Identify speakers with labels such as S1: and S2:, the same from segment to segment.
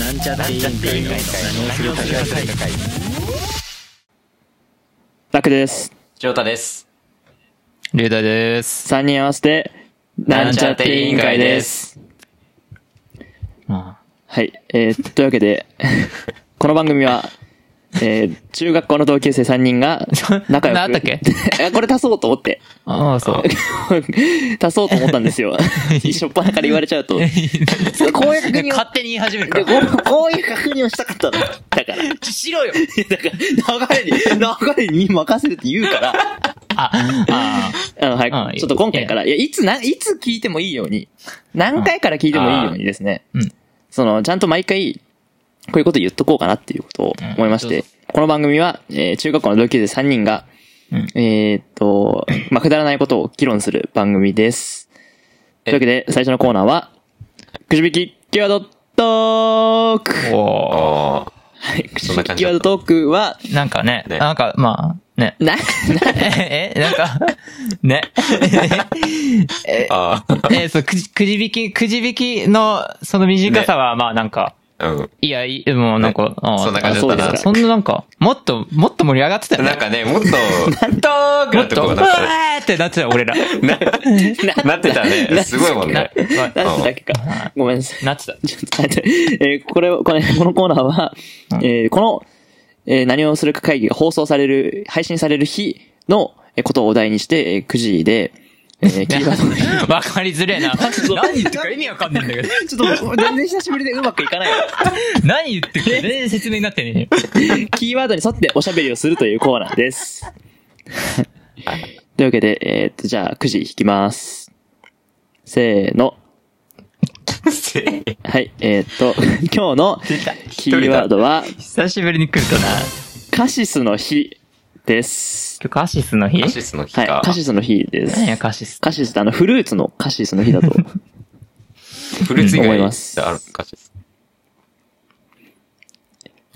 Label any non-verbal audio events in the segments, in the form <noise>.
S1: なんちゃって委員会の何をする会
S2: ラクです。
S3: 翔太です。
S4: リュウダイです。
S2: 3人合わせて、なんちゃって委員会です。
S4: ま
S2: はい。えー、というわけで、 <laughs> この番組は、えー、中学校の同級生3人が仲良く。 <laughs>
S4: なあったっけ
S2: えこれ足そうと思って。 <laughs>
S4: あ、ああ、そう。
S2: 足そうと思ったん <laughs> ですよ。しょっぱなから言われちゃう
S4: <laughs>
S2: と。そうこういう確認を
S4: 勝手に言い始めるか
S2: で
S4: ら。
S2: こう、こういう確認をしたかったの。だから。いや
S4: しろよ
S2: だから、流れに、流れに任せるって言うから。
S4: あ、あ
S2: あの、はい
S4: ああい。い
S2: ちょっと今回から、いや、いつな、いつ聞いてもいいように、何回から聞いてもいいようにですね
S4: ああうん、
S2: その、ちゃんと毎回、こういうこと言っとこうかなっていうことを思いまし
S4: うん
S2: て、この番組は、えー中学校の同級生3人が、
S4: うん
S2: えーっと、まあ、くだらないことを議論する番組です。というわけで、最初のコーナーは、くじ引きキーワードトーク
S4: あ。お
S3: あ
S2: はいくじ
S3: そん
S2: 引
S3: な
S2: き
S3: 感
S2: <laughs>
S3: じ
S2: キーワードトークは、。
S4: ーなんかね、
S3: ね
S4: なんか、まあ、ね <laughs>
S2: な、な、
S4: え、えなんか、ね。え、
S3: あ。 <laughs>
S4: え、そう、くじ、くじ引き、くじ引きの、その短さは、まあなんか、
S3: うん。
S4: いや、いいもうなんか、ああ
S3: そんな感じだっ
S2: あ
S3: た
S2: そう
S3: な
S2: で。す
S4: そんななんか、もっと、もっと盛り上がってたよね。
S3: なんかね、もっと、トーク
S4: も
S3: な
S4: っ
S3: と
S4: と、
S3: こ
S4: う
S3: が
S4: わ
S3: なった
S4: ーってなってたよ、俺ら。
S3: ね。 <laughs> なってたね。すごいもん
S4: な
S3: ね。、
S2: なんだっけか。ごめんなさい。
S4: なってた。
S2: ちょっと待って、 <laughs> えーこれを、これ、このコーナーは、えーこの、えー何をするか会議が放送される、配信される日のえーことをお題にして、えー9時で、えー、キーワードが
S4: <laughs> わかりづれえな。何言ってるか意味わかんないんだけど。
S2: ちょっと、全然久しぶりでうまくいかないわ。
S4: <laughs> 何言ってるか全然説明になってねえよ。
S2: キーワードに沿っておしゃべりをするというコーナーです。というわけで、えーっと、じゃあ、9時引きます。せーの。はい、えーっと、 <laughs> 今日のキーワードは、
S4: <laughs> 久しぶりに来るとな。
S2: カシスの日です。
S4: 今日カシスの日
S3: カシスの日
S2: はい
S3: か。、
S2: カシスの日です。
S4: 何やカシス。
S2: カシスってあの、フルーツのカシスの日だ
S4: <laughs>
S2: と。
S3: フルーツ以
S2: 思い
S3: 外
S2: ます
S3: であるカシス。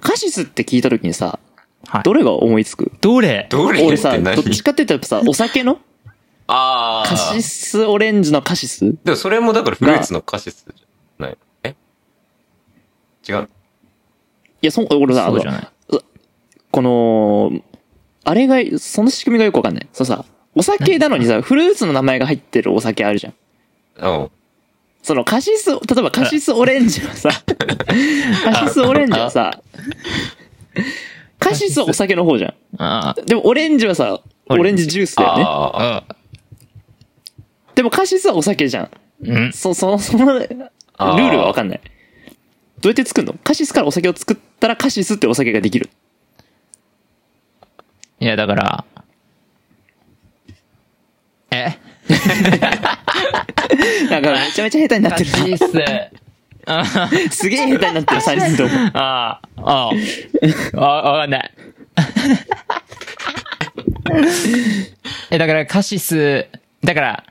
S2: カシスって聞いた時にさ、
S4: はい
S2: どれが思いつく
S4: どれ
S3: どれ
S2: 俺
S3: って
S2: さ、
S3: 何
S2: どっちかって言ったらさ、お酒の
S3: あ
S2: カシ
S3: あ。
S2: スオレンジのカシス
S3: でもそれもだからフルーツのカシスじゃない。え違う。
S2: いや、そ、俺さ、あ
S4: そうじゃない
S2: のこの、あれが、その仕組みがよくわかんない。そうさ、お酒なのにさ、フルーツの名前が入ってるお酒あるじゃん。
S3: うん。
S2: そのカシス、例えばカシスオレンジ
S4: <laughs>
S2: はさ、カシスオレンジはさ、カシスお酒の方じゃん。
S4: あ
S2: でもオレンジはさ、オ
S4: オレ
S2: レ
S4: ン
S2: ン
S4: ジ
S2: ジジュースだよね。
S4: あ。
S3: ああ。
S4: あ
S2: でもカシスはお酒じゃん。
S4: うん。
S2: そ、その、その、ル
S3: あー
S2: ールはわかんない。どうやって作るのカシスからお酒を作ったらカシスってお酒ができる。
S4: いや、だから。え
S2: なん
S4: <laughs>
S2: かめちゃめちゃ下手になっ
S4: カ
S2: てる。
S4: シス。あ
S2: すげえ下手になってる、サイズとも。
S4: あ、ああ、わかんない。 <laughs> え、だからカシス、だから、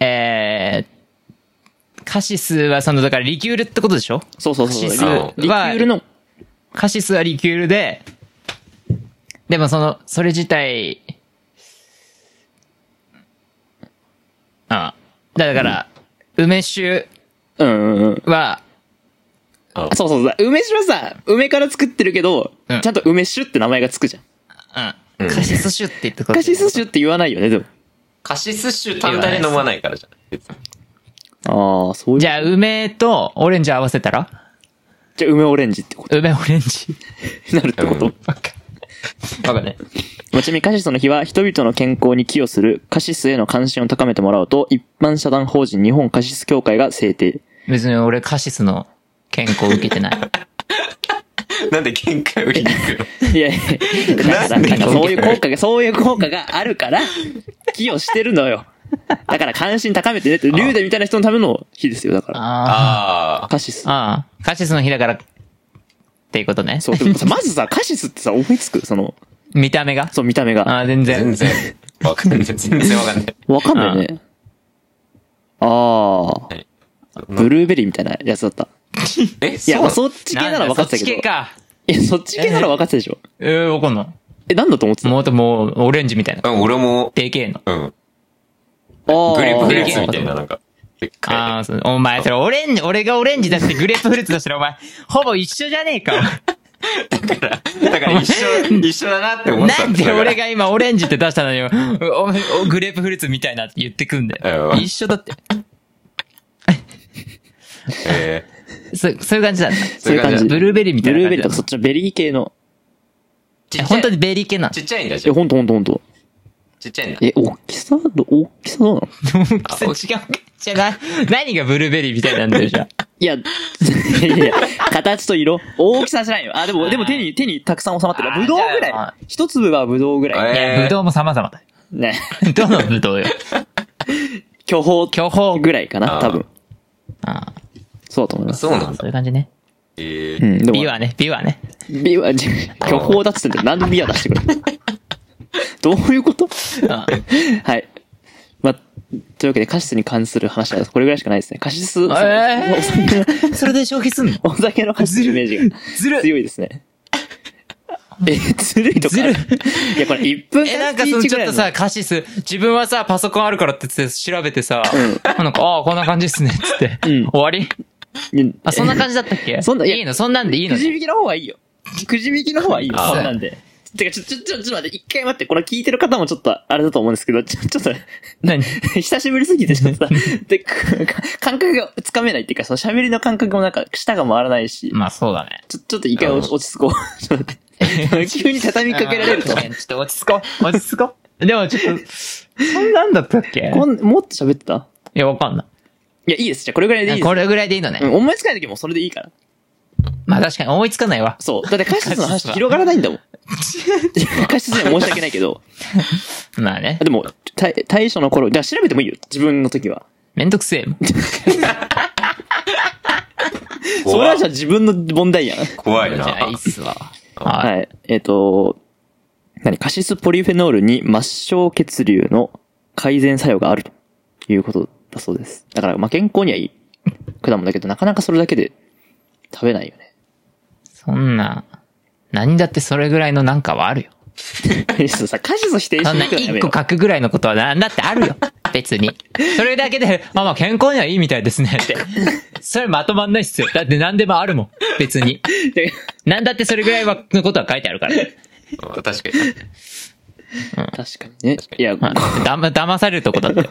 S4: えー、カシスはその、だからリキュールってことでしょ
S2: そうそうそう。
S4: カシ
S2: リ
S4: ス
S2: キュ
S4: は
S2: ールの、
S4: カシスはリキュールで、でもその、それ自体、ああだから、梅酒
S2: うんうんうん。
S4: は、
S2: あそうそうそう。梅酒はさ、梅から作ってるけど、
S4: うん
S2: ちゃんと梅酒って名前がつくじゃん。
S4: うん、カシス酒って言ってこと
S2: カシス酒って言わないよね、でも。
S3: カシス酒単体で飲まないからじゃない別に
S2: ああ、そういう。
S4: じゃあ、梅とオレンジ合わせたら
S2: じゃあ梅オレンジってこと
S4: 梅オレンジ。
S2: になるってこと、
S3: うん
S4: わかんない。
S2: まあちなみにカシスの日は人々の健康に寄与するカシスへの関心を高めてもらおうと、一般社団法人日本カシス協会が制定。
S4: 別に俺カシスの健康受け
S2: <laughs>
S4: てない。
S3: なんで限界を言いに行くの
S2: いやいや、だから、
S3: なんで
S2: なんかそういう効果が、そういう効果があるから、寄与してるのよ。だから関心高めてねって、竜でみたいな人のための日ですよ、だから。
S4: あ
S3: ああ。
S2: カシス
S4: あ。。ああ。カシスの日だから、っていうことね。
S2: そう、でもさ、まずさ、カシスってさ、思いつくその、
S4: 見た目が
S2: そう、見た目
S4: あ
S2: が。
S4: あ、全然。
S3: 全然。わかんない。全然わかんない。
S2: わかんないね。ああ
S3: い。
S2: ブルーベリーみたいなやつだった。い
S3: え
S2: や、
S3: そ
S2: ま
S3: う
S2: あそっち系なら分かってたけど。
S4: なんだそっち系か。
S2: いや、そっち系なら分かってたでしょ。
S4: えー、わかんない。
S2: え、なんだと思ってた
S4: もっともう、オレンジみたいな。
S3: うん、俺も、
S4: でけえの。
S3: うん。
S2: ああ
S3: グリップフルー
S4: ゲ
S3: ツ
S4: ーム
S3: みたいな、なんか。でっか
S4: ああ、そうお前、それオレンジ、俺がオレンジ出してグレープフルーツ出したらお前、ほぼ一緒じゃねえか。
S3: い。だから一緒、一緒だなって思ってた
S4: なんで俺
S3: が。
S4: が今オレンジって出したのに、おおグレープフルーツみたいなって言ってくんだよ
S3: う。ん
S4: 一緒だって。
S3: え
S4: そ、そういう感じだった。
S2: そういう感じ。
S4: ブルーベリーみたいな
S2: ブルーベリー
S4: 感じ
S2: とかそっちのベリー系の。
S3: ー
S4: え本当にベリー系なの
S3: ちっちゃいんだじ
S2: え、
S3: ゃん。
S2: ほんとほんとほんと。
S3: ちっちゃいんだ。
S2: え、大きさど、大きさどうなの
S4: <laughs> 大きさ違う。じゃな、何がブルーベリーみたいなんだよ、じゃあ。
S2: いや、いやいや、形と色。大きさじゃないよ。あ、でも、でも手に、手にたくさん収まってる。
S4: あー
S2: ブドウぐ
S4: じ
S2: ら
S4: ゃあ
S2: い。一粒はブドウぐらい。
S3: えー
S4: いや、ぶどうも様々だよ。
S2: ね。
S4: どのぶどうよ。
S2: 巨峰
S4: 巨峰。
S2: ぐらいかな、
S3: あー
S2: 多分。
S4: あ
S2: そうだと思います。
S3: そうなん
S4: あ、
S3: だ。
S4: そういう感じね。
S3: え
S2: う
S3: ー
S2: ん、でも
S4: 美、はね、美はね。
S2: <laughs> ビワ、じゃ巨峰だっつってんだよ。なんでビワ出してく
S4: <laughs>
S2: るどういうこと
S4: あ
S2: はい。まあ、というわけで、カシスに関する話はこれぐらいしかないですね。カシス、その
S4: えー
S2: お酒の
S4: それで消費すんの
S2: <laughs> お酒のカシスのイメージが
S4: ずる
S2: 強いですね。え、ずるいとかある。
S4: ず
S2: いや、これ1分
S4: <laughs> え、なん
S2: 間ス
S4: か
S2: ピー
S4: その
S2: チぐ
S4: ちょ
S2: らい
S4: っと
S2: の。
S4: さ、カシス、自分はさ、パソコンあるからって言って調べてさ、なんか、ああ、こんな感じですね、つ <laughs> って。
S2: うん
S4: 終わり
S2: うん
S4: あ、そんな感じだったっけ
S2: そんない
S4: い
S2: や
S4: のそんなんでいいの
S2: くじ引きの方がいいよ。くじ引きの方がいいよ。
S3: あ
S2: そんなんで。てか、ちょ、ちょ、ちょ、ちょっと待って、一回待って、これ聞いてる方もちょっと、あれだと思うんですけど、ちょ、ちょっと、
S4: 何
S2: <laughs> 久しぶりすぎてちょっとさ、で、く <laughs> 感覚がつかめないっていうか、その喋りの感覚もなんか、舌が回らないし、
S4: まあそうだね。
S2: ちょ、ちょっと一回落ち落ち着こう。 <laughs> ちょっと待って <laughs> 急に畳みかけられると
S4: あー。確かにちょっと落ち着こう。 <laughs> 落ち着こう。でもちょっと、 <laughs> そんなんだったっけ
S2: こん、もっと喋ってた
S4: いや、わかんない
S2: や、いいです。じゃあこれぐらい
S4: い。
S2: でいいで
S4: こ
S2: す。
S4: れぐらいでいいのね。
S2: うん、思いつかない時もそれでいいから。
S4: まあ確かに思いつかないわ。
S2: そう。だって解説の話
S4: 解説は
S2: 広がらないんだ
S4: <laughs>
S2: もん。解説には申し訳ないけど。
S4: まあね。
S2: でも、対対処の頃、じゃあ調べてもいいよ。自分の時は。
S4: めんどくせえもん。
S2: それ
S3: 怖
S2: はいじゃあ自分の問題やん。
S3: 怖い
S4: じゃあ
S3: ない
S4: いっ。すわ。
S2: は。
S4: はい
S2: えっ、と、何カシスポリフェノールに末梢血流の改善作用があるということだそうです。だから、まあ、健康にはいい果物だけど、なかなかそれだけで食べないよね。
S4: い。そんな、何だってそれぐらいのなんかはあるよ。
S2: そうさ、カシス否定し
S4: そんな
S2: なく
S4: 一個書くぐらいのことはなんだってある <laughs> よ。別に。それだけで、まあまあ健康にはいいみたいですねって。それまとまんないっすよ。だって何でもあるもん。別に。何だってそれぐらいは、のことは書いてあるから。
S3: 確かに。
S2: 確かにね。いや、
S4: ま
S2: こ
S4: あだま、騙されるとこだって。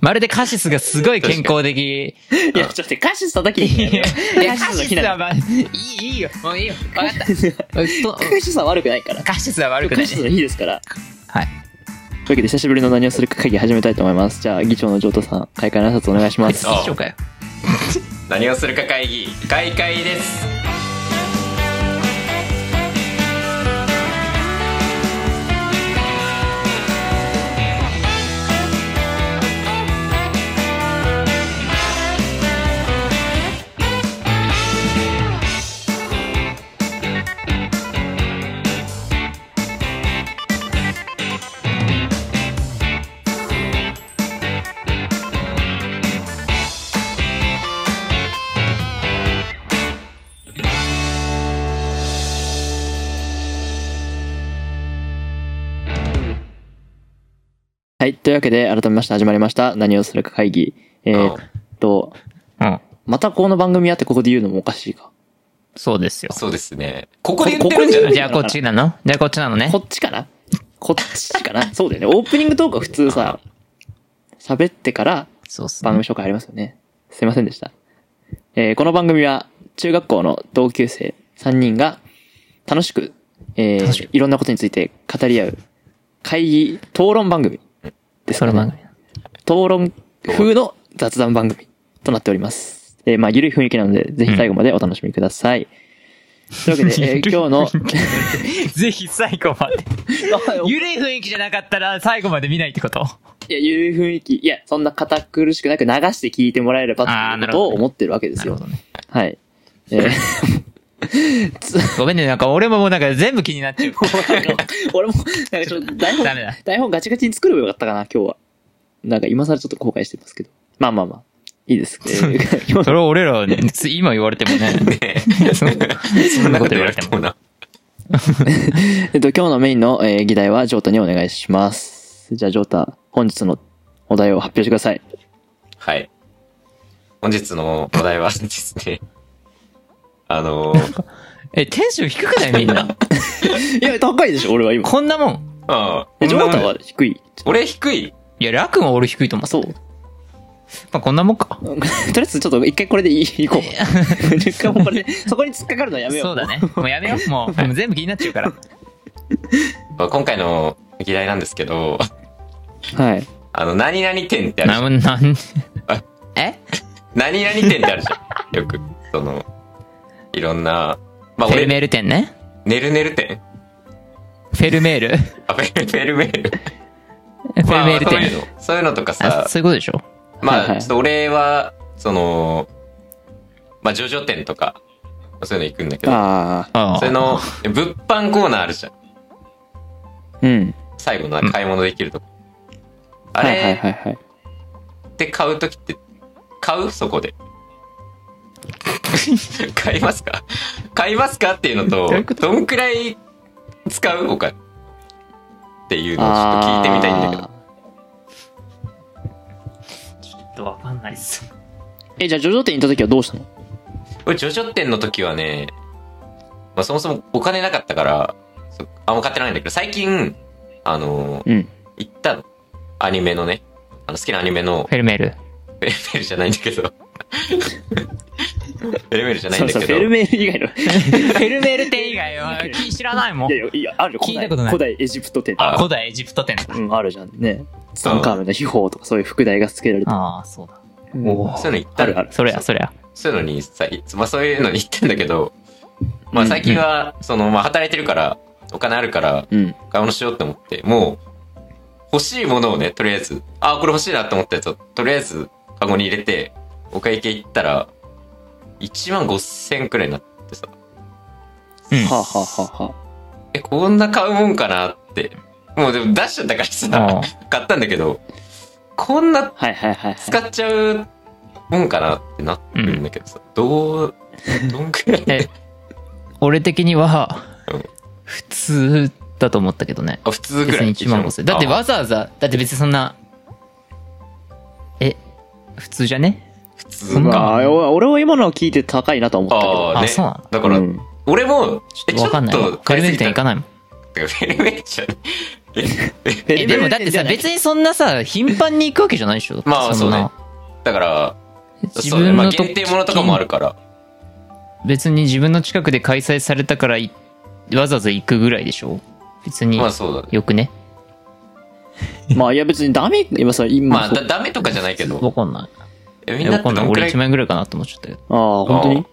S4: まるでカシスがすごい健康的。
S2: いや、ちょっと待ってカシス叩きに行くのやめよういや、カシスは
S4: まあ、いい、いいよ。もういいよ。わかった。 <laughs> と
S2: カシスは悪くないから。
S4: カシスは悪くな
S2: カ
S4: い
S2: シ
S4: ね
S2: ス。はいいですから。
S4: はい。
S2: というわけで、久しぶりの何をするか会議始めたいと思います。じゃあ、議長の上等さん、開会の挨拶お願いします。
S4: 一緒かよ。
S3: 何をするか会議、開会です。
S2: はい。というわけで、改めまして始まりました。何をするか会議。えー、っと、
S4: うん。
S2: またこの番組やってここで言うのもおかしいか。
S4: そうですよ。
S3: そうですね。ここで言ってるんじゃない
S2: こ
S4: じゃあこっちなのじゃあこっちなのね
S2: こ。っちかなこっちかなそうだよね。オープニングトークは普通さ、喋ってから
S4: そうっす
S2: 番
S4: ね。
S2: 組紹介ありますよね。すいませんでした。えー、この番組は中学校の同級生3人が楽しく、え
S4: 楽し
S2: ー、いろんなことについて語り合う会議討論番組です
S4: そ
S2: かね、
S4: の番組。
S2: 討論風の雑談番組となっております。えー、まあ、ゆるい雰囲気なので、ぜひ最後までお楽しみください。というわけで、え
S4: <laughs>
S2: ー今日の、
S4: ぜひ最後まで。
S2: い
S4: ゆるい雰囲気じゃなかったら最後まで見ないってこと
S2: や、 <laughs> ゆるい雰囲気、いや、そんな堅苦しくなく流して聞いてもらえれば
S4: あー
S2: ということを思ってるわけで
S4: な
S2: す
S4: る
S2: よ
S4: ほ。どね。
S2: はい。えー
S4: ごめんね、なんか俺ももうなんか全部気になっちゃ <laughs> う。
S2: <laughs> 俺も、なんかちょっと台本
S4: ダメだ、
S2: 台本ガチガチに作ればよかったかな、今日は。なんか今更ちょっと後悔してますけど。まあまあまあ。いいです。えー <laughs> 今日
S4: それを俺ら、今言われてもね。そ
S3: そ
S4: ん
S3: ん
S4: な
S3: な
S4: こ
S3: こ
S4: 言
S3: とと言
S4: わ
S3: わ
S4: れ
S3: れ
S4: て
S3: て
S4: も
S3: も。な。
S2: えっと、今日のメインの、えー議題は、ジョータにお願いします。じゃあ、ジョータ、本日のお題を発表してください。
S3: はい。本日のお題はですね、あの、
S4: <laughs> え、テンション低くないみんな。
S2: いや、高いでしょ、俺は今。
S4: こんなもん。
S3: ああ <laughs>
S2: え、ジョータは低い。
S3: 俺低い
S4: いや、楽は俺低いと
S2: あ、
S4: 思う。
S2: そう。と
S4: まあ、こんなもんか。
S2: りあえずちょっと一回これでいい行こう。一回もうこれで、そこに突っかかるのはやめよう。
S4: そうだね。もうやめよう。もう、もう全部気になっちゃう <laughs> から。
S3: まあ今回の議題なんですけど、 <laughs>
S2: はい。
S3: あの、何々点ってあるじゃ。
S4: なんん、なん
S3: あ、
S4: え
S3: 何々点ってあるじゃん。よく、その、いろんな、
S4: フ
S3: まあ
S4: ェル
S3: 俺、
S4: メール店ね。
S3: ねるねる点
S4: フェル
S3: <laughs>
S4: メール。フ
S3: あ、フェルフェルメール。
S4: ェルメール
S3: まあそういう
S4: 店。
S3: の。そういうのとか
S4: あ、
S3: さ、
S4: そういうことでしょ
S2: はい
S3: ま
S2: は
S3: あ、
S2: い
S3: ちょっと俺は、その、まあ、ジョジョ店とか、そういうの行くんだけど、
S2: あ
S4: あ
S3: それ
S4: あ。
S3: の、物販コーナーあるじゃん。
S2: あ。うん。
S3: 最後の買い物できるとこ。あ
S2: はいはいは
S3: れ
S2: いはい。
S3: って買うときって、買うそこで。 <laughs> 買いますか買いますかっていうのと
S4: どういうこ、と
S3: どんくらい使うお金っていうのをちょっと聞いてみたいんだけど。
S4: ちょっとわかんないっす。
S2: え、じゃあ、ジョジョ店に行った時はどうしたの
S3: 俺、ジョジョ店の時はね、まあ、そもそもお金なかったから、そあんま買ってないんだけど、最近、あのー
S2: うん。
S3: 行ったの。アニメのね、あの好きなアニメの
S4: フ、ェルメール。
S3: フェルメールじゃないんだけど。
S2: <laughs>
S3: フェルメールじゃない
S2: そ
S3: ん
S2: う
S3: だ
S2: そう、
S3: け
S2: フ
S3: ど。
S2: ェルメール以外の。
S4: フェルメール店以外は知らないも
S2: い。
S4: ん
S2: やいや、いや、あるよ。
S4: 聞いたことない
S2: 古代古代エジプト店。
S3: あ
S4: 古代エジプト店。
S2: うん、あるじゃんね。ツタンカーメンの秘宝とかそういう副題が付けられて。
S4: ああ、そうだ。
S2: お
S3: そういうの行った
S2: あ
S3: の
S2: るある。
S4: それや、それや。
S3: そういうのにさ、いまあそういうのに行ってんだけど、まあ最近は、その、まあ働いてるから、お金あるから、
S2: うん。
S3: 買い物しようって思って、もう、欲しいものをね、とりあえず、あ、これ欲しいなって思ったやつを、とりあえず、カゴに入れて、お会計行ったら、1万5千くらいになってさ、
S4: うん
S2: はあ、はあはあはあ
S3: え、こんな買うもんかなって。もうでも出しちゃったからさ、買ったんだけど、こんな
S2: はいはいはいはい。
S3: 使っちゃうもんかなってなってるんだけどさ、どう、どんくらい
S4: え、俺的には
S3: うん、
S4: 普通だと思ったけどね。
S3: あ、普通ぐ
S4: 別
S3: らい。
S4: に1万5千。だってわざわざ、だって別にそんな、え、普通じゃね
S3: あ、普通
S4: そんな
S2: まあ、お俺は今のを聞いて高いなとは思ったけど。
S3: ああ、
S4: あ
S3: ね。
S4: そうなの
S3: だから、
S2: うん
S3: 俺も、え、ちょ
S4: わ
S3: っ
S4: かんないわ。
S3: と
S4: フェルメール店行かな
S3: な
S4: いもん。
S3: い。フェルメールじゃない。 <laughs>
S4: え、でもだってさ、別にそんなさ、頻繁に行くわけじゃないでしょ。
S3: まあ
S4: んな
S3: だから、
S4: 自
S3: そうね。
S4: 分
S3: まあ、
S4: のと
S3: 限定ものとかもあるから。
S4: 別に自分の近くで開催されたからいわざわざ行くぐらいでしょ別に
S3: まあ、そうだね。
S4: よくね
S2: まあ、いや別にダメ、今さ、今。
S3: まあ、だ、ダメとかじゃないけど。
S4: わかんない
S3: えみ
S4: い
S3: ん
S4: や
S3: な
S4: わか
S3: って
S4: んな
S3: ど
S4: い
S3: んくら
S4: 俺
S3: い
S4: 1万円ぐらいかなと思っちゃったけど
S2: ああ、本当に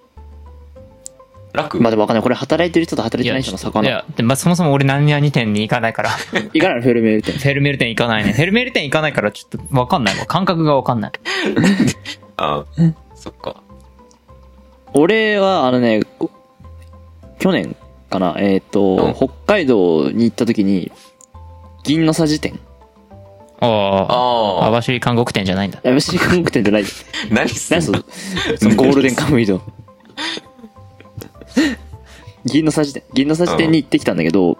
S3: 楽
S2: まあでもわかんない。これ働いてる人と働いてない人の差か
S4: い
S2: な。
S4: やでまあ、そもそも俺何々店に行かない
S3: <laughs>
S4: からフ
S2: いかないフェルメール店。
S4: ェルメール店行かないねフェルメール店行かないからちょっとわかんないわ感覚がわかんない
S3: あそっか。
S2: 俺は、あのね、こ去年かな、えっ、
S3: うん
S2: と、北海道に行った時に、銀のさじ店。
S4: ああ
S3: ああ。
S4: 網走韓国店じゃないんだ
S2: やめし韓国店じゃない。
S3: 何すん
S2: 何
S3: の
S2: その、そのゴールデンカムイド。銀のさじ店。銀のさじ店に行ってきたんだけど、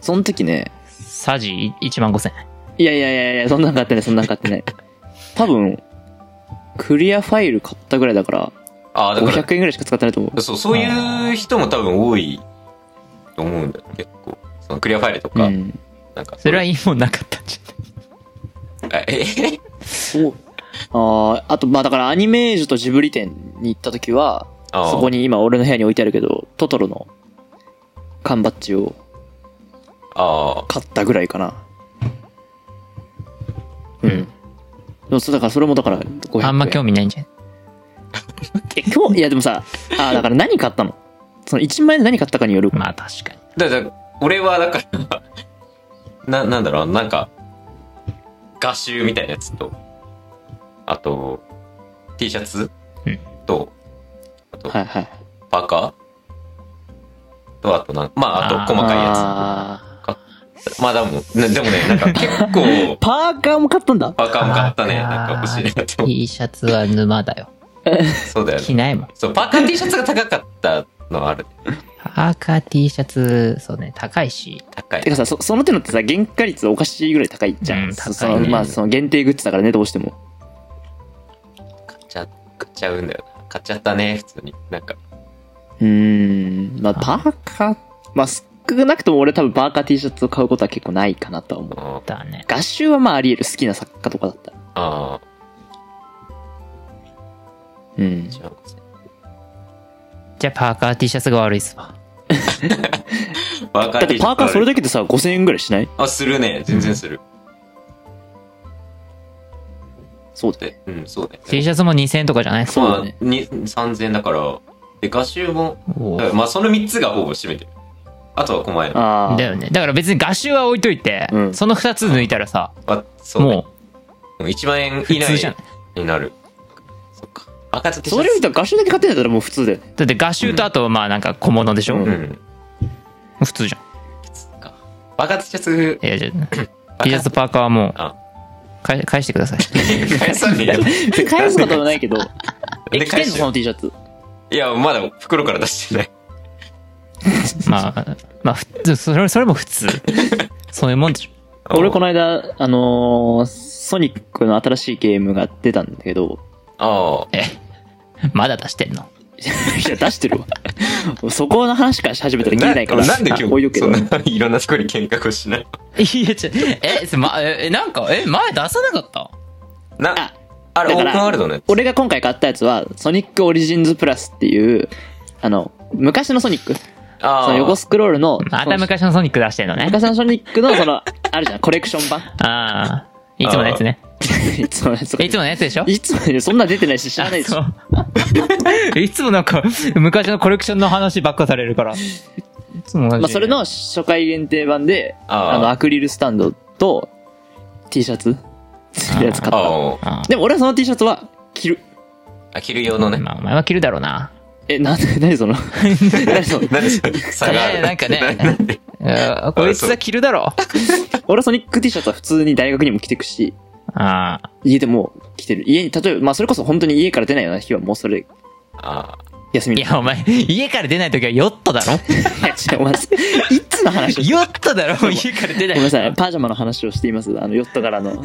S2: その時ね、
S4: サジ1万5千
S2: いやいやいやいや、そんなん買ってない、そんなん買ってない。多分、クリアファイル買ったぐらいだから、
S3: ああ、だか
S2: 500円ぐらいしか使ってないと思う。
S3: ら、そう、そういう人も多分多いと思うんだよ、結構。そのクリアファイルと
S2: う
S3: か、
S2: ん。
S3: なんか。
S4: それはいいもんなかったんじゃない
S3: あええ <laughs>
S2: そう。ああ、あと、まあだからアニメージュとジブリ店に行った時は、
S3: ああ
S2: そこに今俺の部屋に置いてあるけど、トトロの缶バッジを
S3: あ
S2: 買ったぐらいかな。うん。でもそうだからそれもだから500円。
S4: あんま興味ないんじゃない
S2: え今日、いやでもさ、あだから何買ったのその1万円で何買ったかによる。
S4: まあ確かに
S3: あ。だから、俺はだから、 <laughs> な、なんだろう、なんか、画集みたいなやつと、あと、T シャツ、
S4: うん
S3: と、あと、
S2: はいはい。
S3: パーカーと、あとなん、まあ、あ
S4: あ
S3: と、
S4: ー
S3: 細かいや
S2: あ
S3: つ。まあ、でも、ねでもね、なんか結構
S2: <laughs> ー、パーカーも買ったんだ。
S3: パーカーも買ったね。
S4: パーカー
S3: なんか欲しいなって思っ
S4: T シャツは沼だよ
S3: て。そうだよね
S4: 着。ないもん
S3: そう、パーカー T シャツが高かったのはある。
S4: パーカー T シャツそうね高いし
S3: 高い
S2: て。かさ、そその手のってさ、原価率おかしいぐらい高いじゃん。
S4: うん
S2: そ
S4: 高いね
S2: そのまあその限定グッズだからね、どうしても。
S3: ちゃ、買っちゃうんだよな。買っちゃったね、普通に。なんか、
S2: うーん。まあ、パーカー、まあ、少なくとも俺多分パーカー T シャツを買うことは結構ないかなとは思う。
S3: あー
S4: だね。
S2: 合集はまああり得る好きな作家とかだったら。
S3: あ
S2: うん
S3: ー、。一万五千
S4: じゃあパーカー T シャツが悪いっすわ。
S3: パーカ
S2: だってパーカーそれだけでさ、5000円ぐらいしない
S3: あ、するね。全然する。
S2: そうだよ。
S3: でうん、そうね。
S4: T シャツも2000円とかじゃない
S2: そうだね
S3: まあ、に3000だから、で、画集も、
S4: お
S3: だ
S4: ー
S3: からまあ、その3つがほぼ占めてる。あとは狛江の。
S2: ああ。
S4: だよね。だから別に画集は置いといて、
S2: うん
S4: その2つ抜いたらさ、
S3: あ、そうね。
S4: も
S3: もう1万円
S4: う
S3: 以
S4: 普通じゃ
S3: 内
S4: ん。
S3: になる。そっか。赤ずき
S2: それを見たら合集だけ買ってんだったらもう普通だよね。
S4: だって画集とあとまあなんか小物でしょ、
S2: うん
S3: うん。
S4: 普通じゃん。
S3: かバカツシャツ
S4: いや、じゃあ、T
S3: <laughs>
S4: シャツとパーカーはもう
S3: あ、
S4: 返返してください。 <laughs>
S3: 返さねえよ。
S2: <laughs> 返すことはないけど。え、
S3: <laughs> で
S2: 着て
S3: 返
S2: んの
S3: し
S2: その T シャツ。
S3: いや、まだ袋から出してない。
S4: まあ、まあ、普通、それ、それも普
S3: <laughs>
S4: 通。そういうもんでしょ。
S2: 俺この間、あのーソニックの新しいゲームが出たんだけど、 <laughs>
S3: あ
S4: え、まだ出してんの
S2: いや、出してるわ。そこの話からし始めたら切れないから。
S3: なんで今
S2: あ置いとく
S3: 日、
S2: け
S3: そ
S2: ど
S3: ん。ないろんなとこに喧嘩をしない
S4: いや、ちょ、え、すま、え、なんか、え、前出さなかった
S3: な
S2: あ、
S3: あれ、オ
S2: だから
S3: ープンワールドのやつ。
S2: 俺が今回買ったやつは、ソニックオリジンズプラスっていう、あの、昔のソニック。そ
S3: あ
S2: の横スクロールの、そ
S4: また
S2: の
S4: 昔のソニック出してんのね。
S2: 昔のソニックの、そ <laughs> の、あるじゃん、コレクション版。
S4: ああ。いつものやつね。
S2: いつものやつが
S4: いつものやつでしょ
S2: いつもね、そんな出てないし、知らないでしょ。
S4: そう <laughs> いつもなんか、昔のコレクションの話ばっかされるから。いつも同じ
S2: まあ、それ、の初回限定版で、
S3: あー
S2: あの、アクリルスタンドと、T シャツつるやつ買った。
S3: あ
S4: あ
S2: でも俺はその T シャツは、着る。
S3: あ、着る用の
S4: あ
S3: ね。
S4: まあ、お前は着るだろうな。
S2: え、なんで、何
S3: <laughs>
S2: その、何その、
S3: なんでそれ差があ
S4: いや
S3: る
S4: なんかね
S3: なんで
S4: あこいつは着るだろう。
S2: 俺はソニック T シャツは普通に大学にも着てくし、
S4: ああ。
S2: 家でも着てる。家に、例えば、まあ、それこそ本当に家から出ないような日はもうそれ、
S3: あ
S2: 休みの
S4: い
S2: 日。
S4: や、お前、家から出ないときはヨットだ <laughs>
S2: <laughs> い
S4: ろ
S2: や、違う、お前、いつの
S4: <laughs>
S2: 話をして
S4: ヨットだろ家から出
S2: ご
S4: ない。
S2: めんなさい、パジャマの話をしています。あの、ヨット柄の。
S3: ー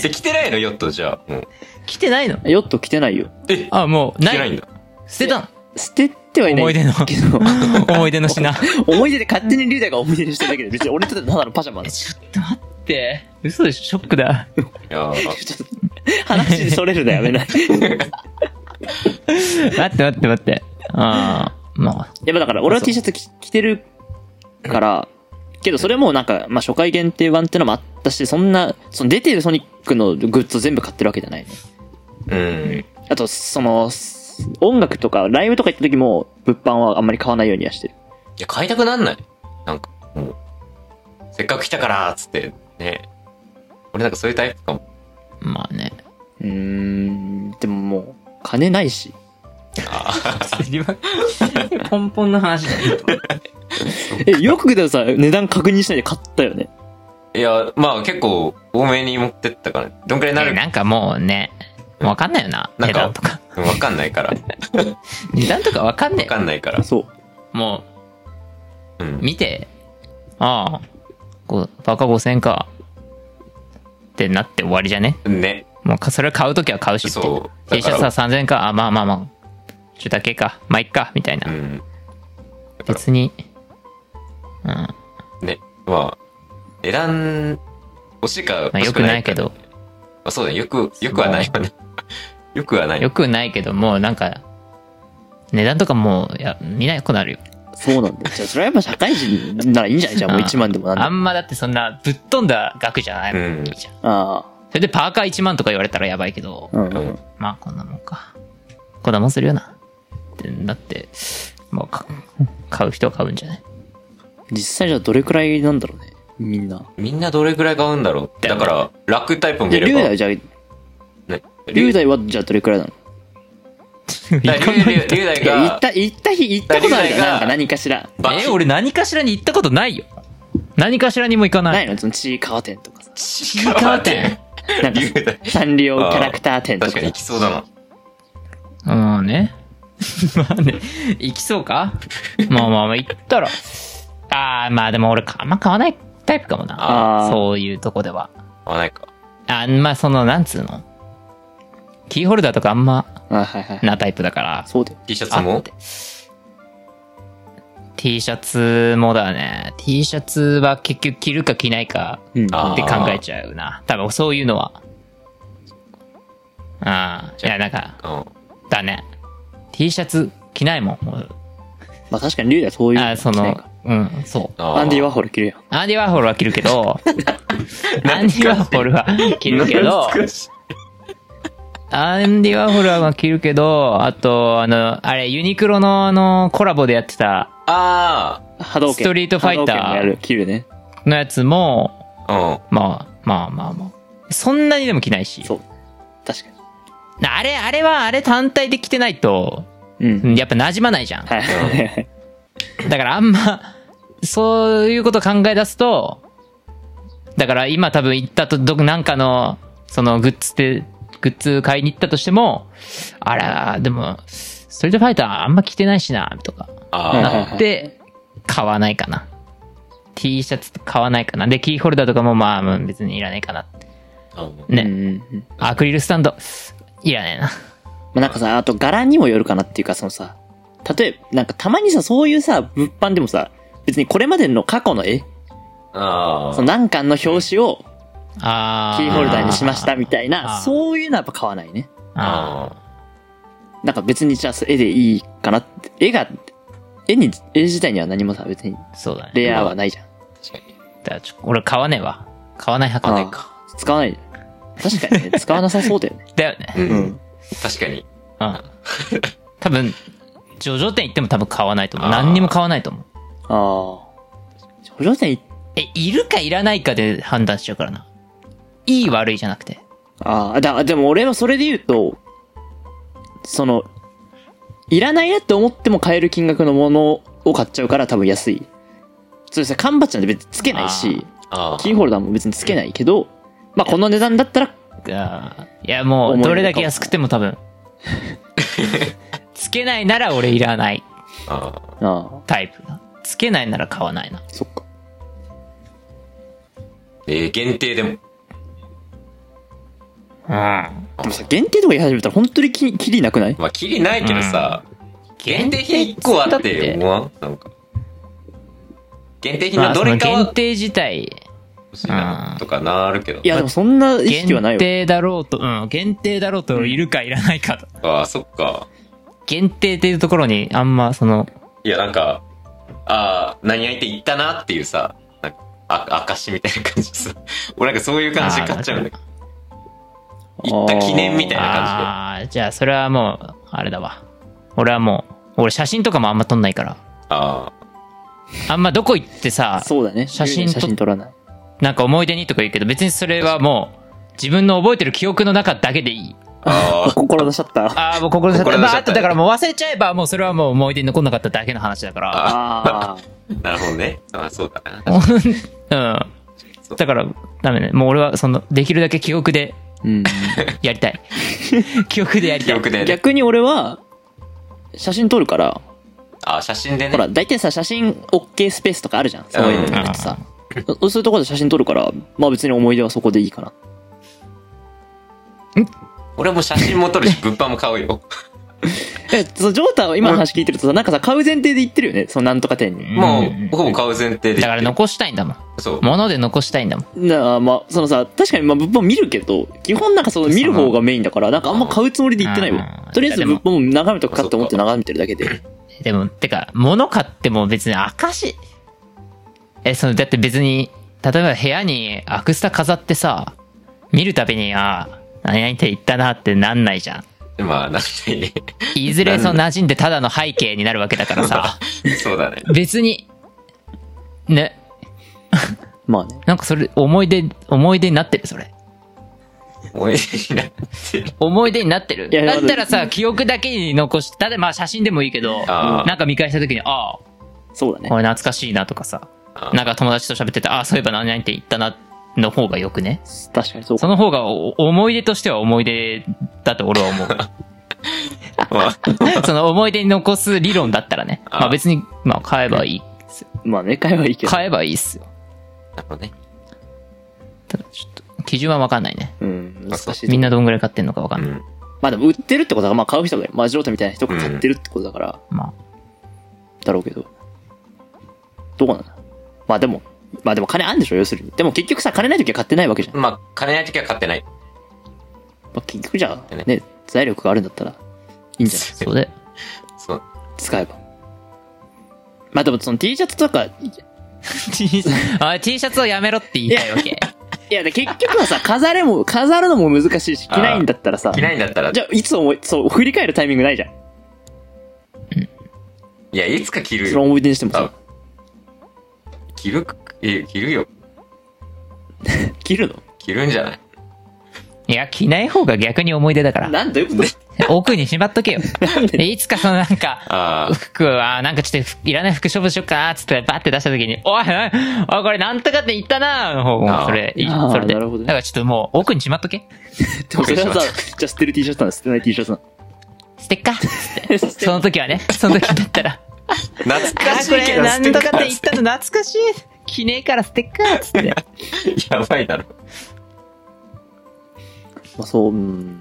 S3: で、着てないの、ヨットじゃあ。もう。
S4: 来てないの
S2: ヨット着てないよ。
S3: え、
S4: あ、もう、
S3: 着
S4: な
S3: てない
S4: い。
S3: んだ。
S4: 捨てたの
S2: 捨ててはいない。
S4: 思い出の
S2: けど、 <laughs>
S4: 思い出の <laughs> 品。待
S2: 思い出で勝手にリュウダイが思い出にしてるだけで、別に俺にとってただのパジャ
S4: <laughs>
S2: マだし。
S4: って、嘘でしょショックだ。
S3: いやー
S2: ちょっと話にそれるのや
S4: <laughs>
S2: めない。い
S4: 待って待って待って。ああ、ま
S2: や、だから俺は T シャツ着着てるから、けどそれもなんか、まあ、初回限定版ってのもあったし、そんな、その出てるソニックのグッズを全部買ってるわけじゃないね。
S3: うん。
S2: あと、その、す音楽とか、ライブとか行った時も、物販はあんまり買わないようにはしてる。
S3: いや、買いたくなんないなんか、もう、せっかく来たから、つって、ね。俺なんかそういうタイプかも。
S4: あ、まあね。
S2: うーん、でももう、金ないし。
S4: 根本の話だよ。
S2: <laughs> え、よくでもさ、値段確認しないで買ったよね。
S3: いや、まあ結構多めに持ってったから、どんくらいになる
S4: なんかもうね、わかんないよな。
S3: なん
S4: 値
S3: か
S4: 段とか。
S3: わかんないから。わ
S4: 値段とかわかんね
S3: かんないから。
S2: <laughs> そう。
S4: え。も
S3: う
S4: う、
S3: ん。
S4: 見て、ああ、こうバカ5000か。ってなって終わりじゃね
S3: ね。
S4: もうか、それ買うときは買うしって。
S3: そう
S4: T シャツは3000か。あ、まあまあまあ。ちょっとだけか。まあ、いっか。みたいな
S3: う。ん。から
S4: 別に。うん。ま
S3: ね。まあ、値段、欲しいか
S4: あ、
S3: 欲
S4: よ
S3: し
S4: く
S3: く
S4: ない
S3: か
S4: け。ど。
S3: まあそうだね。よく、よくはないよね。 <laughs> よくはない。
S4: よくないけど、もうなんか、値段とかもう、いや、見なくなるよ。
S2: そうなんだよ。じゃあ、それはやっぱ社会人ならいいんじゃないじ <laughs> ゃあもう
S4: あ
S2: 1万でもなんで
S4: あ
S2: も。
S4: んまだってそんな、ぶっ飛んだ額じゃないもん。
S3: うん
S4: いいじゃん
S2: あ
S4: それでパーカー1万とか言われたらやばいけど
S2: あ。、うん
S3: う
S2: うんん。
S4: まあこんなもんか。こんなもんするよな。ってだって、もうか、買う人は買うんじ
S2: <laughs>
S4: ゃない
S2: 実際じゃあどれくらいなんだろうね。みんな。
S3: みんなどれぐらい買うんだろう。だから、楽タイプも
S2: じ
S3: 見
S2: ゃあ、リュ
S3: れ
S2: ウ
S3: ば
S2: ダイ。じゃあ、リ
S3: ね。
S2: ュウ
S3: ダ
S2: ダイはじゃあどれくらいなの
S3: イ。リュウダイ
S2: いや、行
S3: が
S2: っ、た、行った日、行ったことあるじゃん。
S3: リュウダイが
S2: なんか何かしら。
S3: バキ
S4: え、俺何かしらに行ったことないよ。何かしらにも行かない。
S2: ないのそのちいかわ店とかさ。
S3: ち
S4: いかわ店
S2: なん <laughs> か
S3: リュウダイ、
S2: サンリオキャラクター店とか
S3: 確か
S2: さ
S3: に行。きそうだな。
S4: うんね。 <laughs> まあね、行きそうか
S2: <laughs>
S4: まあまあまあ、行ったら。ああ、まあでも俺か、あんま買わないタイプかもな。
S2: ああ。
S4: そういうとこでは。
S3: 合わないか。
S4: あまあその、なんつうのキーホルダーとかあんま
S2: あ、はいはい。
S4: なタイプだから。
S2: そうだよ。
S3: T シャツも
S4: T シャツもだね。T シャツは結局着るか着ないか
S2: うん。
S3: あ
S4: って考えちゃうな。多分そういうのは。ああ。いや、なんか、
S3: うん。
S4: だね。T シャツ着ないもん。もう
S2: まあ確かに、リュウダイそういう。
S4: ああ、その、うん、そう。
S3: あ
S2: アンディ・ワーホル着るよ。
S4: アンディ・ワーホルは着るけど、アンディ・ワーホルは着るけ
S2: <laughs>
S4: ど、
S3: 懐かしい
S4: アンディ・ワーホルは着るけど、あと、あの、あれ、ユニクロのあの、コラボでやってた
S3: あ
S2: 波動拳。
S4: ストリートファイタ
S2: 波動
S4: ー
S2: 拳もやる。着るね。
S4: のやつも、
S3: あ。うん。
S4: まあ、まあまあまあ、そんなにでも着ないし。
S2: そう。確か
S4: あれ、あれは、あれ単体で着てないと、
S2: に。うん。
S4: うんやっぱ馴染まないじゃん。
S2: はいはいはい。
S4: だからあんま、そういうこと考え出すと、だから今多分行ったと、ど、なんかの、そのグッズで、グッズ買いに行ったとしても、あら、でも、ストリートファイターあんま着てないしな、とか、
S3: あ
S2: うん
S4: なって、買わないかな。T シャツ買わないかな。で、キーホルダーとかもまあ、うん別にいらないかな。
S3: あ。うん
S2: <laughs>
S4: ね
S2: うんうんうん。
S4: アクリルスタンド、いらないな。
S2: まあなんかさ、あと柄にもよるかなっていうか、そのさ、例えば、なんかたまにさ、そういうさ、物販でもさ、別にこれまでの過去の絵、
S3: あ
S2: その何巻の表紙を
S4: あ
S2: キーホルダーにしましたみたい
S4: あ
S2: な、
S4: ー
S2: そういうのはやっぱ買わないね。
S4: あ
S2: なんか別にじゃあ絵でいいかなって、絵が、絵に、絵自体には何もさ、別に
S4: ーそうだね。
S2: レアはないじゃん。
S4: だからちょ俺買わねえわ。買わない派
S2: あ
S4: か
S2: ー。使わない。確かにね、使わなさそうだよね。
S4: だよね。
S3: う
S2: うんん。
S3: 確か
S2: <laughs>
S3: に。
S4: うん。多分、上場店行っても多分買わないと思う。
S3: あー
S4: 何にも買わないと思う。
S2: ああ。補助線い、
S4: え、いるかいらないかで判断しちゃうからな。いい悪いじゃなくて。
S2: ああ、だ、でも俺はそれで言うと、その、いらないなって思っても買える金額のものを買っちゃうから多分安い。そうですね、缶バッジなんて別につけないし、
S3: ああ。
S2: キーホルダーも別につけないけど、まあこの値段だったら、
S4: あーいや、もう、どれだけ安くても多分。つけないなら俺いらない
S3: ああ。
S2: ああ、
S4: タイプだ。つけないなら買わないな。
S2: そっか。
S3: えー、限定でも。
S4: うん。
S2: でもさ、限定とか言い始めたら本当にき、きりなくない
S3: まあ、キリないけどさ、限定品1個あって思わんなんか。限定品
S4: ま
S3: の
S4: あ、
S3: ど
S4: そ
S3: れ
S4: の
S3: か
S4: 限
S3: は
S4: 定自体、
S3: 欲しいな、とかなるけど
S2: い。や、でもそんな意識はない
S4: 限
S2: よ。
S4: 定だろうと、うん、限定だろうと、いるかいらないかと。
S3: ああ、そっか。
S4: 限定っていうところに、あんま、その、
S3: いや、なんか、ああ、何々って言ったなっていうさ、なんか、あ、証みたいな感じさ。 <laughs> 俺なんかそういう感じで買っちゃうんだけど。行った記念みたいな感
S4: ああー、じゃあそれはもう、あれだわ。俺はもう、俺写真とかもあんま撮んないから。
S3: じで。あ
S4: あんまどこ行ってさ、
S2: そうだね。
S4: 写真撮
S2: 写真撮らない。
S4: なんか思い出にとか言うけど、別にそれはもう、自分の覚えてる記憶の中だけでいい。
S3: あ。ああ。
S2: <laughs> 心出しちゃった。あ
S4: ああ、もう心の
S3: 心
S4: 中
S3: の
S4: ま
S3: 中
S4: あ、あとだからもう忘れちゃえば、もうそれはもう思い出に残んなかっただけの話だから。
S2: あー。
S3: なるほどね。ああ、そうだな。
S4: うん。だから、ダメね。もう俺は、その、できるだけ記憶で
S2: うん。
S4: やりたい。 <laughs> 記憶でやり
S3: 記
S4: たい。
S3: 憶で、ね。
S2: <laughs> 逆に俺は、写真撮るから、
S3: ああ、写真でね。
S2: ほら、大体さ、写真 OK スペースとかあるじゃん。そういうのってさ。そういうところで写真撮るから、まあ別に思い出はそこでいいかな。
S3: 俺も写真も撮るし、物販も買うよ。
S2: え、そう、ジョータは今の話聞いてるとさ、なんかさ、買う前提で言ってるよね。そのなんとか店に。
S3: も
S4: うん
S3: う、ほぼ買う前提で。
S4: だから残したいんだもん。
S3: そう。
S4: 物で残したいんだもん。
S2: なあ、まあ、そのさ、確かにまあ物販見るけど、基本なんかその見る方がメインだから、なんかあんま買うつもりで行ってない
S4: あ
S2: わ
S4: ー。
S2: とりあえず物販も眺めとくかって思って眺めてるだけで。
S4: でも、てか、物買っても別に証。え、その、だって別に、例えば部屋にアクスタ飾ってさ、見るたびに、ああ、何々って言ったなってなんないじゃん。
S3: まあ、なんてね。
S4: いずれその馴染んでただの背景になるわけだから
S3: <laughs>
S4: さ、
S3: そうだね。
S4: 別に、ね、
S2: まあね。
S4: なんかそれ、思い出、思い出になってる、それ。
S3: 思い出になっ
S4: <laughs>
S3: てる。
S4: 思い出になってる。
S2: いや
S4: だったらさ、記憶だけに残して、ただまあ写真でもいいけど、
S3: あー
S4: なんか見返した時に、ああ、
S2: そうだね
S4: こ。れ懐かしいなとかさ、
S3: あー
S4: なんか友達と喋ってて、ああ、そういえば何々って言ったな、の方がよくね。
S2: 確かにそう
S4: そ
S2: か。
S4: の方がお思い出としては思い出だと俺は思う。
S3: まあ、
S4: その思い出に残す理論だったらね。
S3: あ
S4: まあ別に、まあ買えばいい。
S2: まあね、買えばいいけど。
S4: 買えばいいっすよ。
S3: なるほどね。
S4: ただちょっと、基準はわかんないね。
S2: うん、難しいとこ。
S4: みんなどんぐらい買ってんのかわかんな
S3: う
S4: い。
S3: ん。
S2: まあでも売ってるってことは、まあ買う人が、まあジロータみたいな人が買ってるってことだから、
S4: ま
S2: だろうけど。どうなんだまあでも、まあでも金あんでしょ、要するに。でも結局さ、金ない時は買ってないわけじゃん。ま
S3: まあ、金ない時は買ってない。
S2: あ、結局じゃあ、
S3: ね
S2: ね、財力があるんだったら、いいんじゃない
S3: <laughs>
S4: あ、そうだよ。
S3: そう。
S2: 使えば。まあでもその T シャツとか、い
S4: T シャツ、T シャツをやめろって言いたいわけ。
S2: やで結局はさ、飾れも、飾るのも難しいし、着ないんだったらさ、
S3: 着ないんだったら、
S2: じゃあいつ思い、そう、振り返るタイミングないじゃん。
S3: いや、いつか着る
S2: その
S3: よ。
S2: 思い出にしてもさ、
S3: 着る、え着るよ。
S2: 着るの
S3: 着るんじゃない
S4: いや、着ない方が逆に思い出だから。
S2: なんだよ、
S3: <laughs>
S2: これ
S4: 奥にしまっとけよ。いつかそのなんか、
S3: ああ、
S4: 服は、なんかちょっといらない服処分しよっかな、つってバって出した時に、おい、おい、これなんとかって言ったな、の方
S3: あ
S4: が、
S3: ー
S4: それ、いい
S2: あー
S4: それで。
S2: なるほどね
S4: だからちょっともう、奥にしまっとけ。
S2: でもそれはさ、 <laughs> じゃあ捨てる T シャツなの捨てない T シャツな
S4: 捨てっか。
S2: の捨て
S4: その時はね、その時だったら。
S3: 懐か
S4: あ、
S3: しい
S4: こ
S3: け
S4: れ
S3: ど
S4: なんとかって言っ
S3: 捨
S4: たの懐かしい。着ねえから捨てっか、つって。
S3: てたやばいだろ。
S2: まあそう、うん、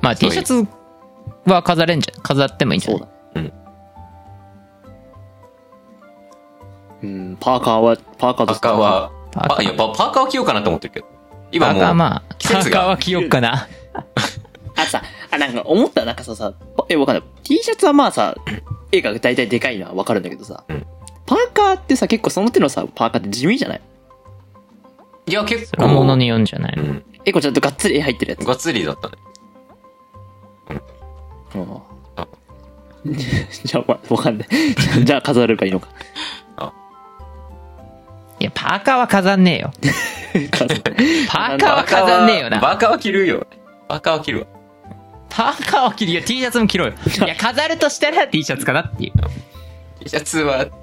S4: まあ
S3: そう
S4: T
S3: いう
S4: シャツは飾れんじゃん。飾ってもいいんじゃ
S2: そ
S4: な
S2: う
S4: い
S2: だ。うん。うん、パーカーは、パーカー
S3: パ
S2: と
S3: ーカー。は、
S4: パーカー
S3: パいやパパーカーは着ようかなと思ってるけど。
S4: パ
S3: 今
S4: ー
S3: も
S4: カー
S3: う、
S4: まあ、
S3: 季
S4: パ
S3: 節が
S4: ーカーは着よっかな。
S2: あさ、あ、なんか思った、なんかさ、さ、え、わかんない。T シャツはまあさ、絵が大体でかいのはわかるんだけどさ、
S3: うん
S2: パーカーってさ、結構その手のさ、パーカーって地味じゃない
S3: いや、結構、
S4: 物によんじゃないうの。
S3: ん、
S2: え、これちゃんとがっつり絵入ってるやつ。
S3: がっつりだったね。
S2: うん
S3: あ
S2: <laughs> じゃあ、わわかんない。じゃあ飾ればいいのか。
S4: いや、パーカーは飾んねえよ。
S2: パ
S4: パ
S2: ー
S4: ーカーは飾んねえよ
S3: パ
S4: な。
S3: ーカーは着るよ。パーカーは着るわ。
S4: パーカーは着るよ。T シャツも着ろ <laughs> よ。いや、飾るとしたら T シャツかなっていう。
S3: T シャツは、ちょっ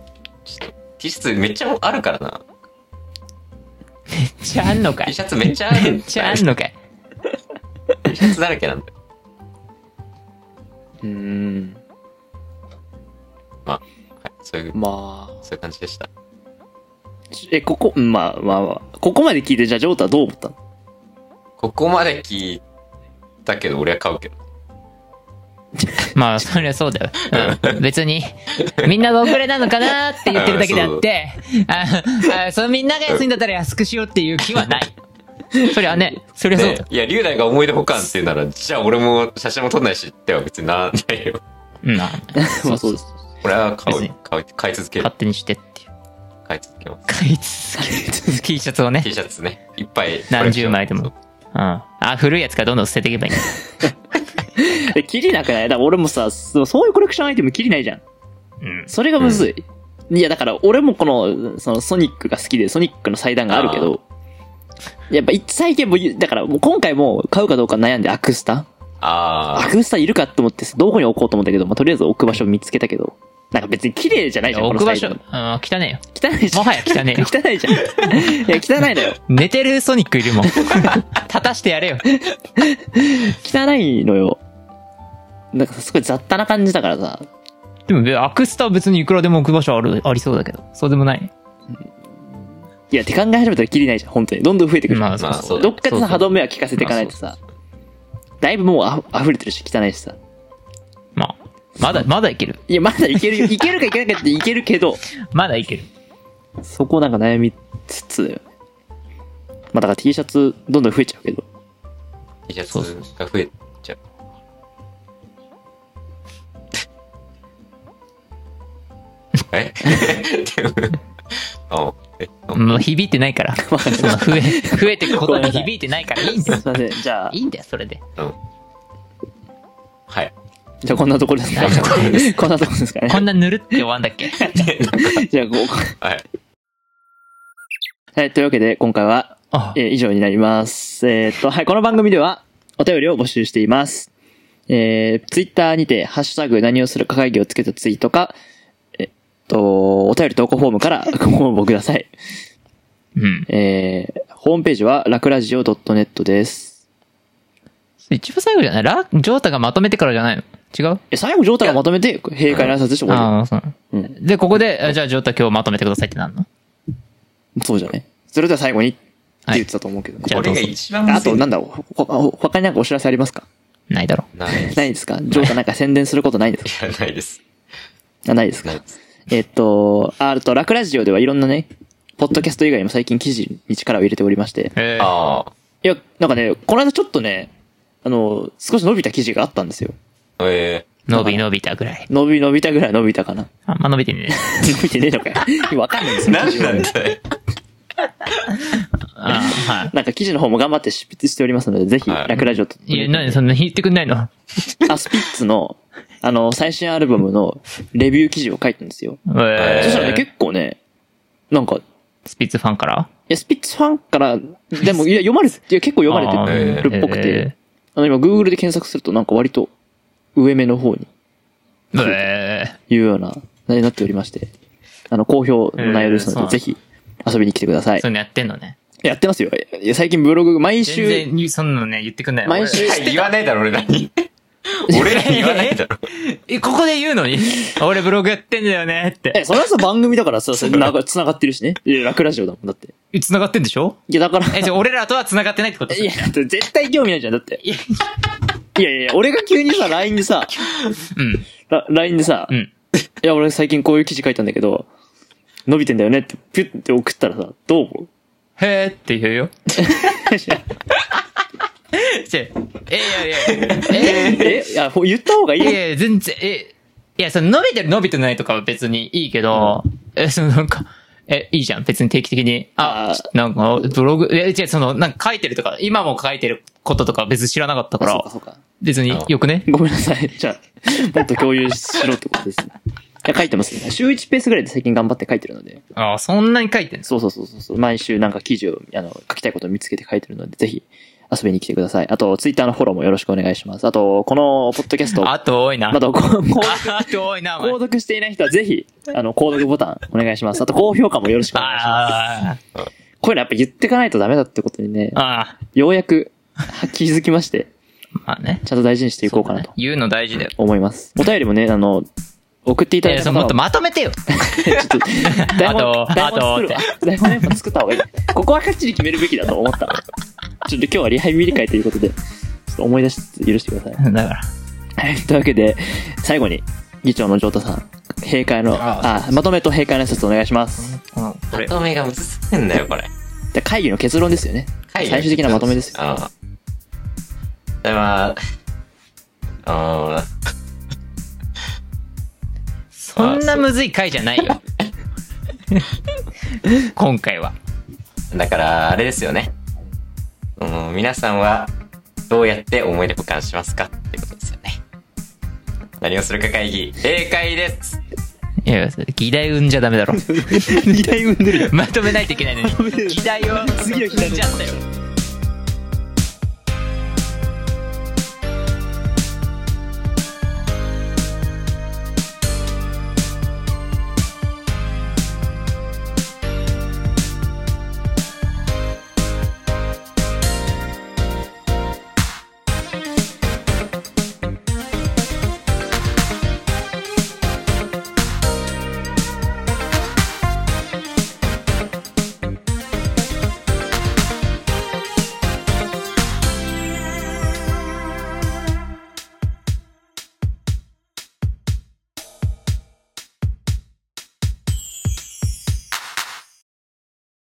S3: と T シャツめっちゃあるからな。
S4: じゃああんのか
S3: T
S4: い
S3: シ。ャツめっちゃある。
S4: じゃああんのかい。
S3: T シャツだらけなんだよ。
S2: うーん。
S3: まあ、はい、そういう、
S2: まあ。
S3: そういう感じでした。
S2: え、ここ、うんまあまあまあ、ここまで聞いて、じゃあ、ジョータはどう思ったの <laughs>
S3: ここまで聞いたけど、俺は買うけど。
S4: まあ、そりゃそうだよ。うん別に、みんなが遅れなのかなって言ってるだけであって、ああそのみんなが安いんだったら安くしようっていう気はない。そりゃね、そりゃそうだ
S3: ね。いや、龍大が思い出保管っていうなら、じゃあ俺も写真も撮んないしっては別にならないよ。 <laughs>
S4: うん。まあ
S2: まあそうです。
S3: 俺は買
S4: 別
S3: う
S4: に、
S3: 買う、買い続ける
S4: 勝。手にしてっていう。
S3: 買い続けます。
S4: 買い続ける T シャツをね
S3: T。シャツね、いっぱい。
S4: 何十枚で
S3: そ
S4: も
S3: う。。
S4: うん。あ、古いやつからどんどん捨てていけばいいんだ。
S2: え、切りなくないだから俺もさ、そうそういうコレクションアイテム切りないじゃん。
S4: うん。
S2: それがむずい。いや、だから俺もこの、そのソニックが好きで、ソニックの祭壇があるけど、やっぱい最近もう、だからもう今回も買うかどうか悩んでアクスタア
S3: あ
S2: クスタいるかと思ってさ、どこに置こうと思ったけど、まあ、とりあえず置く場所見つけたけど、なんか別に綺麗じゃないじゃん、
S4: 置く場所、う
S2: こ
S4: ん
S2: の祭壇、
S4: 汚ねえよ。
S2: 汚いじゃん。
S4: もはや <laughs> 汚ねえよ
S2: <laughs> 汚いじゃん。いや、汚いのよ。
S4: 寝てるソニックい <laughs> るもん。立たしてやれよ。
S2: 汚いのよ。なんかさ、すごい雑多な感じだからさ、
S4: でも、アクスタは別にいくらでも置く場所ある、ありそうだけど。そうでもない。
S2: いや、って考え始めたらキリないじゃん、本当に。どんどん増えてくる。
S4: まあ、
S3: まあ
S4: そうそう。
S2: どっかで
S4: そうそ
S2: さ、
S4: う
S2: 歯止めは効かせていかないとさ、だいぶもうあ溢れてるし、汚いしさ。
S4: まあ、まだ、まだいける。
S2: いや、まだいける
S4: <laughs>
S2: よ。いけるかいけないかっていけるけど、
S4: まだいける。
S2: そこなんか悩みつつだよね。まあだから T シャツどんどん増えちゃうけど。
S4: <laughs>
S3: あ、T シャツが増えちゃう。え <laughs> あえ
S4: もう響いてない <laughs> から。その増え、増えてくことに響いてないからいいんだよ。
S2: すいません。じゃあ
S4: <laughs> い、いんだよ、それで。
S3: うん。はい。
S2: じゃあこんなところですか <laughs> こんなところですか
S4: こ
S2: ね。
S4: んなぬるって終わんだっけ
S2: じゃあ、こ
S3: はい。
S2: う。はい、というわけで今回は
S4: あ
S2: えー以上になります。えーっと、はい、この番組ではお便りを募集しています。えー、ツイッターにて、ハッシュタグ何をするか会議をつけたツイートか、えっと、お便り投稿フォームから <laughs> ご応募ください。
S4: うん。
S2: えー、ホームページはラクラジオ .net です。
S4: 一番最後じゃないラ、ジョータがまとめてからじゃないの違う
S2: え、最後、ジョータがまとめて、閉会の挨拶して終わ
S4: ああ、そう。
S2: り。うん。
S4: で、ここで、あじゃあ、ジョータ今日まとめてくださいってなんの
S2: そうじゃね。それでは最後にって言ってたと思うけどね。
S4: じゃあ
S3: 俺
S4: どう
S3: が
S4: ぞ
S3: 一番
S2: あ
S3: むずい
S2: と、なんだ、ほほ他になんかお知らせありますか <laughs>
S4: ないだろ。
S3: ない。い
S2: ないですかジョーカーなんか宣伝することないんですか
S3: や、ないです。
S2: あないですか
S3: ないです。
S2: えっと、ああと、ラクラジオではいろんなね、ポッドキャスト以外にも最近記事に力を入れておりまして。
S4: えー、
S3: あ
S2: いや、なんかね、この間ちょっとね、あの、少し伸びた記事があったんですよ。
S3: あ。え
S4: 伸び伸びたぐらい。
S2: 伸び伸びたぐらい伸びたかな。 <laughs>
S4: あんま伸びてね
S2: 伸びてねえのかよ。わ <laughs> かんないんです
S3: ー。
S2: よ。
S3: なんなんだよ。
S4: え。あーは
S2: なんか記事の方も頑張って執筆しておりますので、ぜひ、
S3: はい
S2: ラクラジオと。
S4: い。いや、なんでそんなに言ってくんないの
S2: あ、スピッツの、あの、最新アルバムのレビュー記事を書いてるんですよ。
S4: えー、
S2: そしたらね、結構ね、なんか、い
S4: スピッツファンから
S2: や、スピッツファンから、で
S4: <laughs>
S2: も、いや、読まれて、いや、結構読まれてるっぽくて、。あの、今、Google で検索すると、なんか割と、上目の方に、<laughs>
S4: あーえ
S2: いうような、 <laughs> になっておりまして、あの、好評の内容ですの
S4: え
S2: で、
S4: ー
S2: ぜひ、遊びに来てくださ
S4: ー
S2: い
S4: そう。いうのやってんのね。
S2: やってますよ。いや最近ブログ、毎
S4: 全
S2: 週、
S4: 然、そんなのね、言ってくんないの
S2: <laughs> 毎週
S3: はい、言わないだろ、俺らに。俺らに言わないだろ。
S4: 俺え、ここで言うの
S2: <laughs>
S4: に俺ブログやってんだよねっ
S2: え、
S4: て。
S2: それはさ、番組だから
S4: <laughs>
S2: さ、つなが繋がってるしね。いや、楽ラジオだもん、だって。
S4: え繋がってんでしょ
S2: いや、だから、
S4: え、じゃあ俺らとは繋がってないってこと
S2: いや、だって絶対興味ないじゃん、だって。
S4: いや
S2: いやいや、俺が急にさ、LINE でさ、
S4: うん。
S2: ラ LINE でさ、
S4: う
S2: い
S4: ん。
S2: や、俺最近こういう記事書いたんだけど、伸びてんだよねって、ピュッて送ったらさ、どう思う
S4: へーって言
S2: <laughs>
S4: うよ。 <laughs> ちょえ、いやいや。
S2: <laughs>
S4: え
S2: え、いや、ほ言った方がいい
S4: い
S2: よ
S4: やいや、全然、え、いや、その伸びてる伸びてないとかは別にいいけど、え、そのなんか、え、いいじゃん。別に定期的に。あ
S2: あー、
S4: ちょなんか、ブログ、え、違う、その、なんか書いてるとか、今も書いてることとか別に知らなかったか
S2: そう
S4: ら
S2: か、、そうか。
S4: 別によくね
S2: ごめんなさい。じゃあ、もっと共有しろってことですね。いや、書いてますね。週1ペースぐらいで最近頑張って書いてるので。
S4: あーそんなに書いてんの
S2: そうそうそうそうそう。毎週なんか記事を、あの、書きたいことを見つけて書いてるので、ぜひ遊びに来てください。あと、ツイッターのフォローもよろしくお願いします。あと、この、ポッドキャスト、
S4: あと多いな。
S2: など、こうこう
S4: <laughs> あと多いな、お前
S2: 購。読していない人はぜひ、あの、購読ボタンお願いします。あと、高評価もよろしくお願いしま
S4: あ
S2: す。こういうのやっぱ言ってかないとダメだってことにね
S4: あ、、ああ、
S2: ようやく気づきまして、
S4: まあね。
S2: ちゃんと大事にしていこうかなと
S4: 言うの大事だよ。
S2: 思います。お便りもね、あの、送ってい
S4: い
S2: ただい
S4: や、そ
S2: た
S4: のもっ
S2: 方
S4: と
S2: も、
S4: まとめてよ。
S2: <laughs>
S4: <laughs>
S2: ちょっと、台本、
S4: あと
S2: 台本作るわ
S4: あ。
S2: 台本やっぱ作った方がいい。ここはかっちり決めるべきだと思った。ちょっと今日はリハビリ会ということで、ちょっと思い出して許してください。
S4: だから。
S2: はい、というわけで、最後に、議長の城田さん、閉会の、あまとめと閉会の挨拶お願いします。
S4: こ
S3: ま
S4: れ。
S3: とめがむずすぎんだよ、これ。
S2: で会議の結論ですよね。
S3: はい
S2: 最終的なまとめですよ。
S3: ああ。では、ああ、
S4: そんなむずい回じゃな
S2: <laughs>
S4: いよ。今回は。
S3: だから、あれですよね。うん、皆さんは、どうやって思い出保管しますかってことですよね。何をするか会議、正解です
S4: いや、それ議題生んじゃダメだろ。
S2: <laughs> 議題生んでるよ。
S4: まとめないといけないのに。議題を
S2: 次の議題
S4: 生んじゃったよ。